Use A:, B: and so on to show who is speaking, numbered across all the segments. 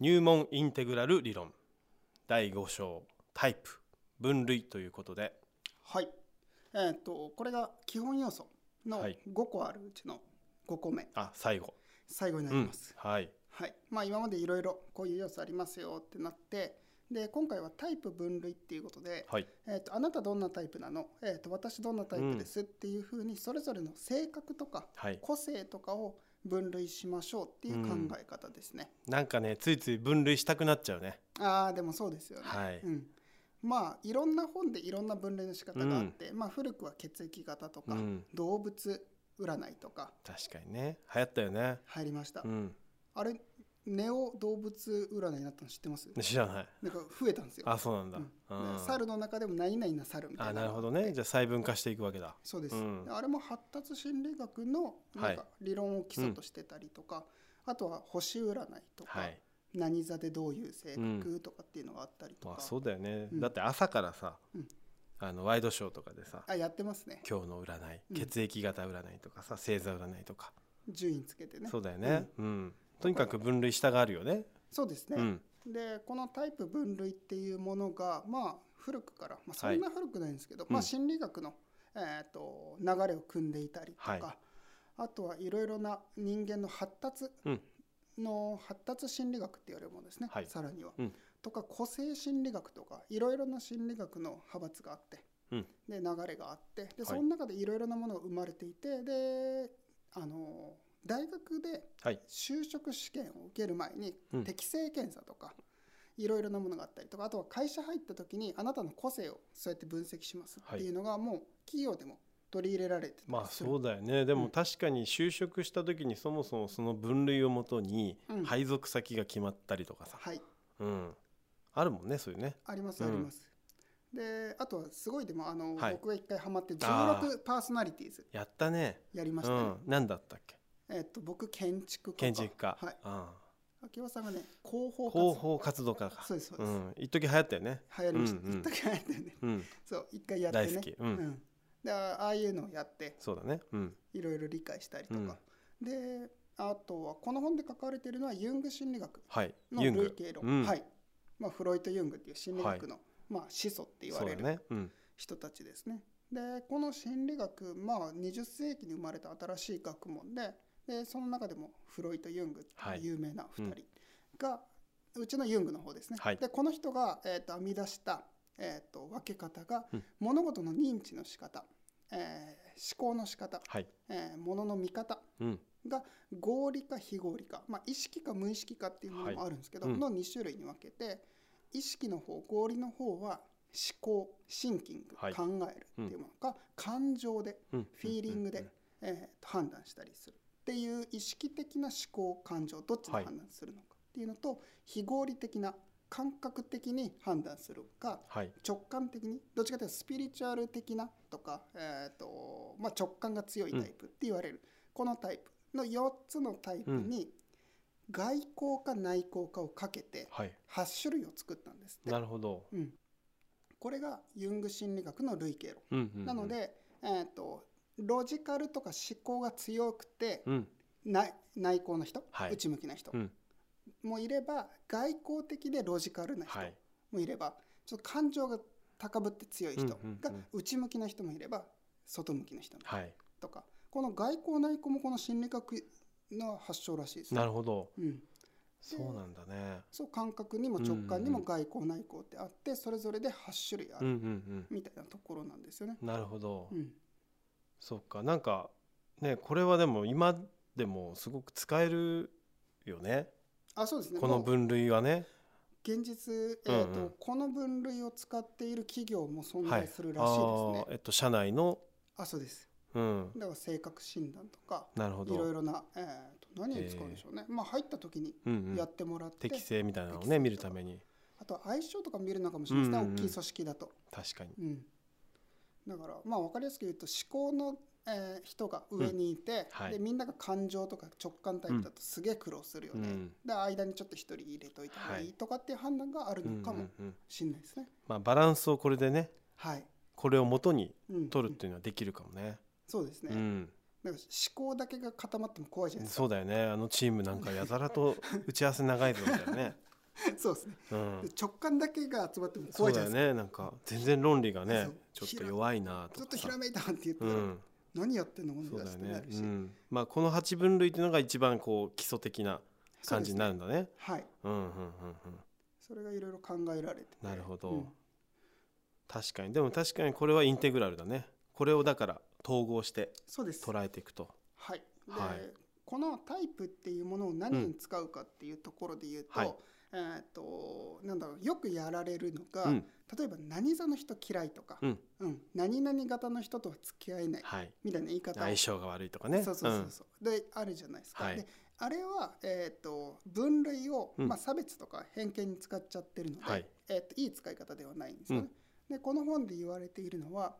A: 入門インテグラル理論第5章タイプ分類ということで
B: はい。えーっとこれが基本要素の
A: はい
B: 5個あるうちの5個目、
A: あ最後
B: 最後にな
A: う
B: り
A: ん
B: ます。
A: はい
B: はい。まあ今までいろいろこういう要素ありますよってなって、で今回はタイプ分類っていうことで、
A: はい
B: えーっとあなたどんなタイプなの？えーっと私どんなタイプです、っていうふうにそれぞれの性格とか
A: はい
B: 個性とかを分類しましょうっていう考え方ですね。
A: なんかねついつい分類したくなっちゃうね
B: ああでもそうですよね、
A: はい
B: うん、まあいろんな本でいろんな分類の仕方があって、まあ、古くは血液型とか、
A: うん
B: 動物占いとか
A: 確かにね流行ったよね
B: 入りました、
A: うん
B: あれネオ動物占いになったの知ってます
A: 知らない
B: なんか増えたんですよ
A: あそうなんだ、
B: うん
A: うん
B: で猿の中でも何々な猿みたい
A: あ
B: なの
A: な
B: が
A: るほどねじゃあ細分化していくわけだ
B: そうです、
A: うん
B: であれも発達心理学のな
A: は
B: ん
A: い
B: か理論を基礎としてたりとか、あとは星占いとか、
A: はい
B: 何座でどういう性
A: う
B: 格とかっていうのがあったりとか、
A: まあそうだよね、
B: うん
A: だって朝からさ、
B: うん
A: あのワイドショーとかでさ
B: あやってますね
A: 今日の占
B: うん
A: い血液型占いとかさ星座占いとか、
B: 順位つけてね
A: そうだよね、うんとにかく分類したがるよね
B: そうですね、
A: うん
B: でこのタイプ分類っていうものがまあ古くから、まあ、そ
A: はい
B: んな古くないんですけど、
A: う
B: まあ、
A: ん
B: 心理学の、えー、と流れを組んでいたりとか、
A: はい
B: あとはいろいろな人間の発達
A: うん
B: の発達心理学って言われるものですね、
A: はい
B: さらには、
A: うん
B: とか個性心理学とかいろいろな心理学の派閥があって、
A: うん
B: で流れがあってで
A: い
B: その中でいろいろなものが生まれていてであの大学で
A: はい
B: 就職試験を受ける前に
A: うん
B: 適性検査とかいろいろなものがあったりとかあとは会社入った時にあなたの個性をそうやって分析しますっていうのがもう企業でも取り入れられてたり
A: まあ
B: する
A: そうだよねで
B: う
A: も
B: ん
A: 確かに就職した時にそもそもその分類をもとに
B: うん
A: 配属先が決まったりとかさ、
B: はい
A: うん、あるもんねそういうね
B: あります
A: う
B: あ
A: ん
B: ります、であとはすごいでもあの、
A: はい
B: 僕が一回ハマって
A: あ
B: 16パーソナリティーズ
A: やったね
B: やりました
A: う
B: ね、
A: ん何だったっけ
B: えっと僕建築家か
A: 建築家、
B: はい
A: あ
B: 秋葉さんがね広報
A: あ
B: 活動
A: 広報活動家か
B: そうですそう
A: う
B: です、
A: ん一時流行ったよね
B: 流行りました、
A: うんうん
B: 一時流行ったよね
A: うん
B: そう一回やってね
A: 大好きうん
B: うんでああいうのをやって
A: そうだねうん
B: いろいろ理解したりとか、であとはこの本で書かれているのはユング心理学
A: はい
B: の
A: ユン
B: 類
A: グ
B: 型論、
A: うん
B: はいまあ、フロイト・ユングっていう心理学の、まあ、始祖って言わ
A: そう
B: れ
A: だ
B: る、
A: ねうん
B: 人たちですね。でこの心理学、まあ、20世紀に生まれた新しい学問ででその中でもフロイト・ユングっていう有名な2
A: は
B: 人が、うちのユングの方ですね。
A: はい
B: でこの人が、えー、と編み出した、えー、と分け方が、
A: うん
B: 物事の認知の仕方、えー思考の仕方、
A: はい
B: えー物の見方
A: うん
B: が合理か非合理か、まあ、意識か無意識かっていうものもあるんですけど、
A: はいうん
B: の2種類に分けて意識の方合理の方は思考シンキング、
A: はい
B: 考えるっていうものが、感情で、
A: うん
B: フィーリングで、
A: うん
B: えーと判断したりするっていう意識的な思考感情どっちで
A: はい
B: 判断するのかっていうのと、非合理的な感覚的に判断するか
A: はい
B: 直感的にどっちかというとスピリチュアル的なとか、えーとまあ、直感が強いタイプって言われる、このタイプの4つのタイプに外交か内向かをかけて
A: はい
B: 8種類を作ったんですって
A: なるほど
B: うん、これがユング心理学の類型論、
A: うんうんうん
B: なので、えー、とロジカルとか思考が強くて、
A: うん
B: 内内向の人、
A: はい
B: 内向きな人、
A: うん
B: もいれば外交的でロジカルな人、
A: はい
B: もいればちょっと感情が高ぶって強い人が
A: うんうんうん
B: 内向きな人もいれば外向きな人も
A: はい
B: とかこの外交内交もこの心理学の発祥らしいですね
A: なるほど
B: うん、
A: そうなんだね
B: そう感覚にも直感にも外交内交ってあってそれぞれで8種類あ
A: うんう
B: る
A: ん
B: みたいなところなんですよね。
A: うんなるほど
B: うん
A: そっかなんかねこれはでも今でもすごく使えるよね
B: あそうですね
A: この
B: もう
A: 分類はね
B: 現実、えーと
A: うんうん
B: この分類を使っている企業も存
A: は
B: 在
A: い
B: するらしいですね。
A: ああえっと社内の
B: あそうです
A: うん
B: だから性格診断とか
A: なるほ
B: い
A: ど
B: ろいろな、えー、と何に使うんでしょうね、まあ入った時に
A: うんう
B: や
A: ん
B: ってもらって、
A: 適性みたいなのを
B: 適性
A: ね
B: とか
A: 見るために
B: あとは相性とか見るのかもしれないですね、
A: うんうんうん
B: 大きい組織だと、
A: 確かに
B: うん、だからまあ分かりやすく言うと思考の、えー人が上にいて、
A: はい
B: でみんなが感情とか直感タイプだとすげえ苦労するよね、
A: うん
B: で間にちょっと一人入れといた方がい
A: はい
B: いとかっていう判断があるのか
A: うんう
B: も
A: んうん
B: しれないですね、
A: まあバランスをこれでね
B: はい、
A: これを元に
B: うん、
A: 取るっていうのはできるかもね
B: そうですね、
A: うん
B: なんか思考だけが固まっても怖いじゃないですか
A: そうだよねあのチームなんかやたらと打ち合わせ長いぞみたいなね
B: そうですね
A: うん、
B: 直感だけが集まっても
A: そ
B: 怖
A: う
B: いじゃ
A: だ
B: な
A: よ
B: いで
A: ね
B: すか、
A: なんか全然論理がね
B: そう
A: ちょっと弱いな
B: ち
A: と
B: ょっ
A: か
B: とひら
A: さ
B: めいたって言って、
A: うん
B: 何やってんの
A: そうだよ
B: ってな
A: ね
B: る、し、
A: うん、まあこの8分類っていうのが一番こう基礎的な
B: そ
A: 感
B: うです
A: じに
B: ね
A: なるんだね
B: はい
A: うんうんうんうん
B: それがいろいろ考えられて
A: なるほど、
B: うん
A: 確かにでも確かにこれはインテグラルだねこれをだから統合して
B: そうです
A: 捉えていくと
B: はいで、
A: はい
B: このタイプっていうものを何に使うかっていうところで言うと、
A: うんはい
B: えーっとなんだろうよくやられるのが、
A: うん
B: 例えば何座の人嫌いとか、
A: うん
B: うん何々型の人とは付き合えない
A: はい
B: みたいな言い方を
A: 相性が悪いとかね
B: そうそうそうそう、であるじゃないですか、
A: はい
B: であれは、えー、と分類を、
A: うん
B: まあ、差別とか偏見に使っちゃってるので、
A: はい
B: えー、といい使い方ではないんですよね。でこの本で言われているのは、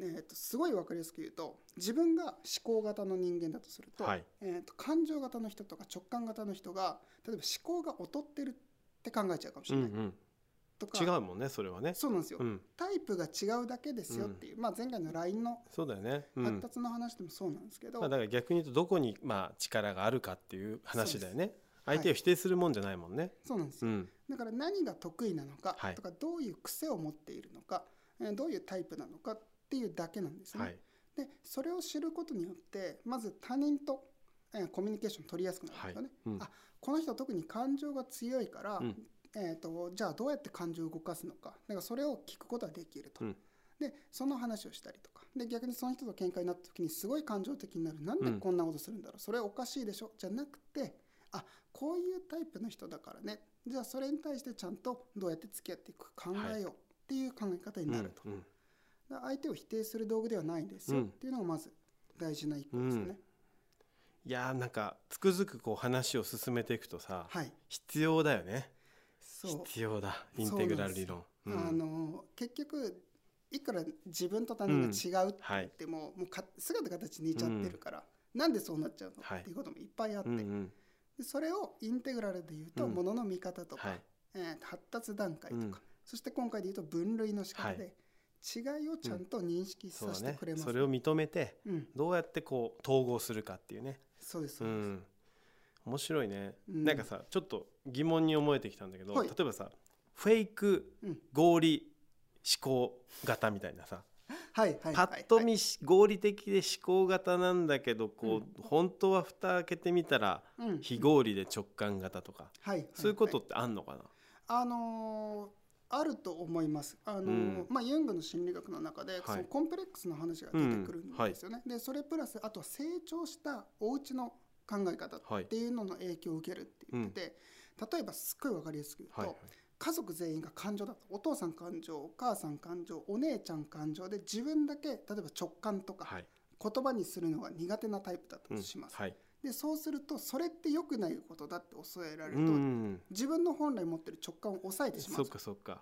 B: えー、とすごい分かりやすく言うと自分が思考型の人間だとすると,、
A: はい
B: えー、と感情型の人とか直感型の人が例えば思考が劣ってるって考えちゃうかもし
A: うん、
B: れ
A: う
B: ない、
A: ん
B: とか
A: うん、違うもんねそれはね
B: そうなんですよ、
A: うん
B: タイプが違うだけですよっていう、まあ、前回の LINE の
A: そうだよね、うん
B: 発達の話でもそうなんですけど、
A: まあ、だから逆に言うとどこにまあ力があるかっていう話だよね
B: はい
A: 相手を否定するもんじゃないもんね、
B: そうなんですよ
A: うん
B: だから何が得意なのか
A: はい
B: とか、どういう癖を持っているのか、えーどういうタイプなのかっていうだけなんですね。
A: はい
B: で、それを知ることによって、まず他人と、えーコミュニケーション取りやすくなるん
A: は
B: で
A: い
B: すよね。
A: うん
B: あこの人特に感情が強いから、
A: うん
B: えー、とじゃあどうやって感情を動かすのかだからそれを聞くことはできると、
A: うん
B: でその話をしたりとかで逆にその人と喧嘩になった時にすごい感情的になるなんで
A: うん
B: こんなことするんだろう、それおかしいでしょじゃなくてあこういうタイプの人だからねじゃあそれに対してちゃんとどうやって付き合っていくか考えようっていう考え方になると、
A: うんうん
B: だから相手を否定する道具ではないんですよ、
A: うん
B: っていうのがまず大事な一個ですね、
A: うんいやーなんかつくづくこう話を進めていくとさ、
B: はい
A: 必要だよね
B: そう
A: 必要だ
B: そう
A: インテグラル理論うん
B: あの結局いくら自分と他人が違うって言っても,、もうか姿形似ちゃってるから、なんでそうなっちゃうの、
A: はい
B: っていうこともいっぱいあって、
A: うんうん
B: でそれをインテグラルで言うと、
A: うん
B: ものの見方とか、
A: はい
B: えー発達段階とか、
A: うん
B: そして今回で言うと分類の仕方
A: は
B: で、違いをちゃんと認識
A: そうだ
B: させて
A: ね
B: くれます、
A: それを認めて
B: うん、
A: どうやってこう統合するかっていうね
B: そうです
A: う
B: そうです、
A: ん面白いね、
B: うん
A: なんかさちょっと疑問に思えてきたんだけど、
B: はい
A: 例えばさフェイク
B: うん
A: 合理思考型みたいなさ、
B: はいはいはい、はい、
A: パッと見し合理的で思考型なんだけどこう、本当は蓋開けてみたら
B: うん、
A: 非合理で直感型とか、
B: はいはい
A: そういうこ
B: は
A: とってあんのかな、
B: あのーあると思います。あのー
A: うん
B: まあ、ユングの心理学の中で、
A: はい
B: そのコンプレックスの話が出てくるんですよね。でそれプラスあとは成長したお家の考え方
A: はい
B: っていうのの影響を受けるって言ってて、例えばすっごい分かりやすく言うと、
A: はいはい
B: 家族全員が感情だとお父さん感情お母さん感情お姉ちゃん感情で自分だけ例えば直感とか、
A: はい
B: 言葉にするのが苦手なタイプだ
A: う
B: と
A: ん
B: します。
A: はい
B: でそうするとそれって良くないことだって教えられ
A: う
B: ると、
A: ん
B: 自分の本来持ってる直感を抑えてしま
A: そうっかそっか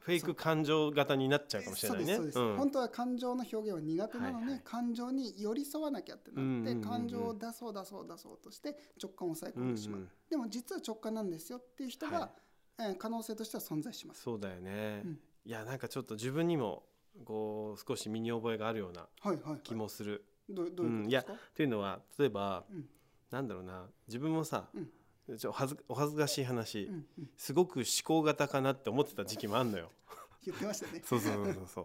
A: フェイク感情型になっちゃうかもしれないね
B: そうですそうです、本当は感情の表現は苦手なのに、
A: はいはい
B: 感情に寄り添わなきゃってなって、
A: うんうんうんうん
B: 感情を出そう出そう出そうとして直感を抑
A: う
B: え込
A: ん
B: ん
A: うん
B: でしまう、でも実は直感なんですよっていう人が、
A: は
B: えー可能性としては存在します
A: そうだよね、
B: うん
A: いやなんかちょっと自分にもこう少し身に覚えがあるような
B: はいはい、はい、
A: 気もする、
B: どうどういうことですか、
A: というのは例えば、
B: うん
A: なんだろうな自分もさ、
B: うん
A: ちょお恥ずお恥ずかしい話、
B: うんうん、
A: すごく思考型かなって思ってた時期もあんのよ。
B: 言ってましたね
A: そうそうそうそうそう。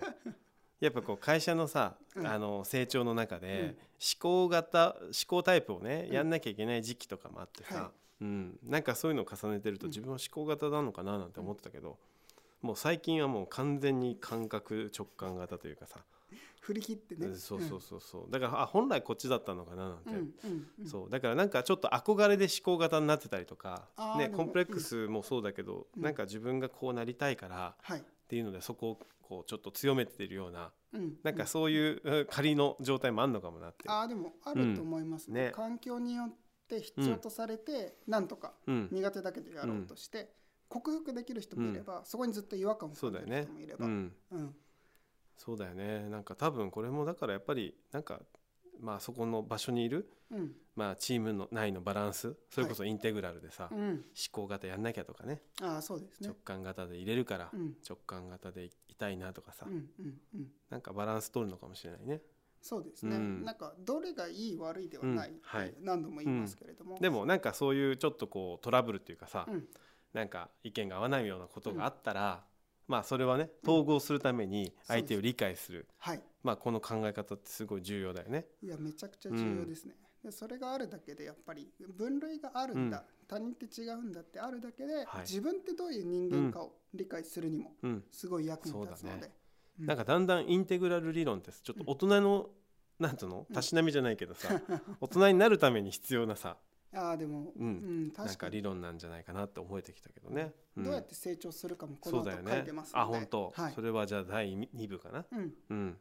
A: やっぱこう会社のさ、
B: うん
A: あの成長の中で、
B: うん
A: 思考型思考タイプをね、
B: うん
A: やんなきゃいけない時期とかもあってさ、
B: は
A: うん、なんかそういうのを重ねてると
B: うん
A: 自分は思考型なのかななんて思ってたけど、もう最近はもう完全に感覚直感型というかさ、
B: 振り切ってね
A: そうそうそうそうだからあ本来こっちだったのかななんて、
B: うんうんうんうん
A: そうだからなんかちょっと憧れで思考型になってたりとか
B: あ、ー
A: ね、
B: でも
A: コンプレックスもそうだけど、
B: うん
A: なんか自分がこうなりたいから
B: はい
A: っていうのでそこをこうちょっと強めてるような
B: うん
A: なんかそういううん仮の状態もあんのかもなって。
B: ああでもあると思いますね,、
A: うんね
B: 環境によって必要とされて、なんとか
A: うん、
B: 苦手だけどやろうとして、克服できる人もいれば、そこにずっと違和感を
A: そう
B: 感
A: だ
B: じ
A: よね
B: る人もいれ。ば、
A: うん、
B: うん
A: そうだよね。なんか多分これもだからやっぱりなんかまあそこの場所にいる
B: うん
A: まあチームの内のバランス、それこそインテグラルでさ、
B: う
A: 思
B: ん、
A: 考型やんなきゃとかね、
B: ああそうですね
A: 直。感型で入れるから、
B: うん
A: 直感型でいたいなとかさ、
B: うんうんうん、
A: なんかバランス取るのかもしれないね。
B: そうですね、
A: うん
B: なんかどれがいい悪いではない、
A: うんはい
B: 何度も言いますけれども、
A: でもなんかそういうちょっとこうトラブルっていうかさ、
B: うん
A: なんか意見が合わないようなことがあったら、まあそれはね統合するために相手を理解する、
B: はい
A: まあこの考え方ってすごい重要だよね。
B: いやめちゃくちゃ重要ですね、でそれがあるだけでやっぱり分類があるんだ、
A: うん
B: 他人って違うんだってあるだけで、
A: はい
B: 自分ってどういう人間かを理解するにも
A: うん、
B: すごい役に立つ
A: そうだ
B: の
A: ね
B: で、う
A: なんかだんだんインテグラル理論ってちょっと大人の、なんつうの
B: うん
A: たしなみじゃないけど さ、大人になるために必要なさ
B: ああでも、
A: うんなん
B: 確
A: か
B: かに
A: 理論なんじゃないかなって思えてきたけどね。ん
B: どうやって成長するかもこ
A: そ
B: の
A: う
B: 後
A: だよ
B: 書い
A: ね
B: てますので、
A: あ本当、
B: はい
A: それはじゃあ第2部かな。
B: うん、
A: うん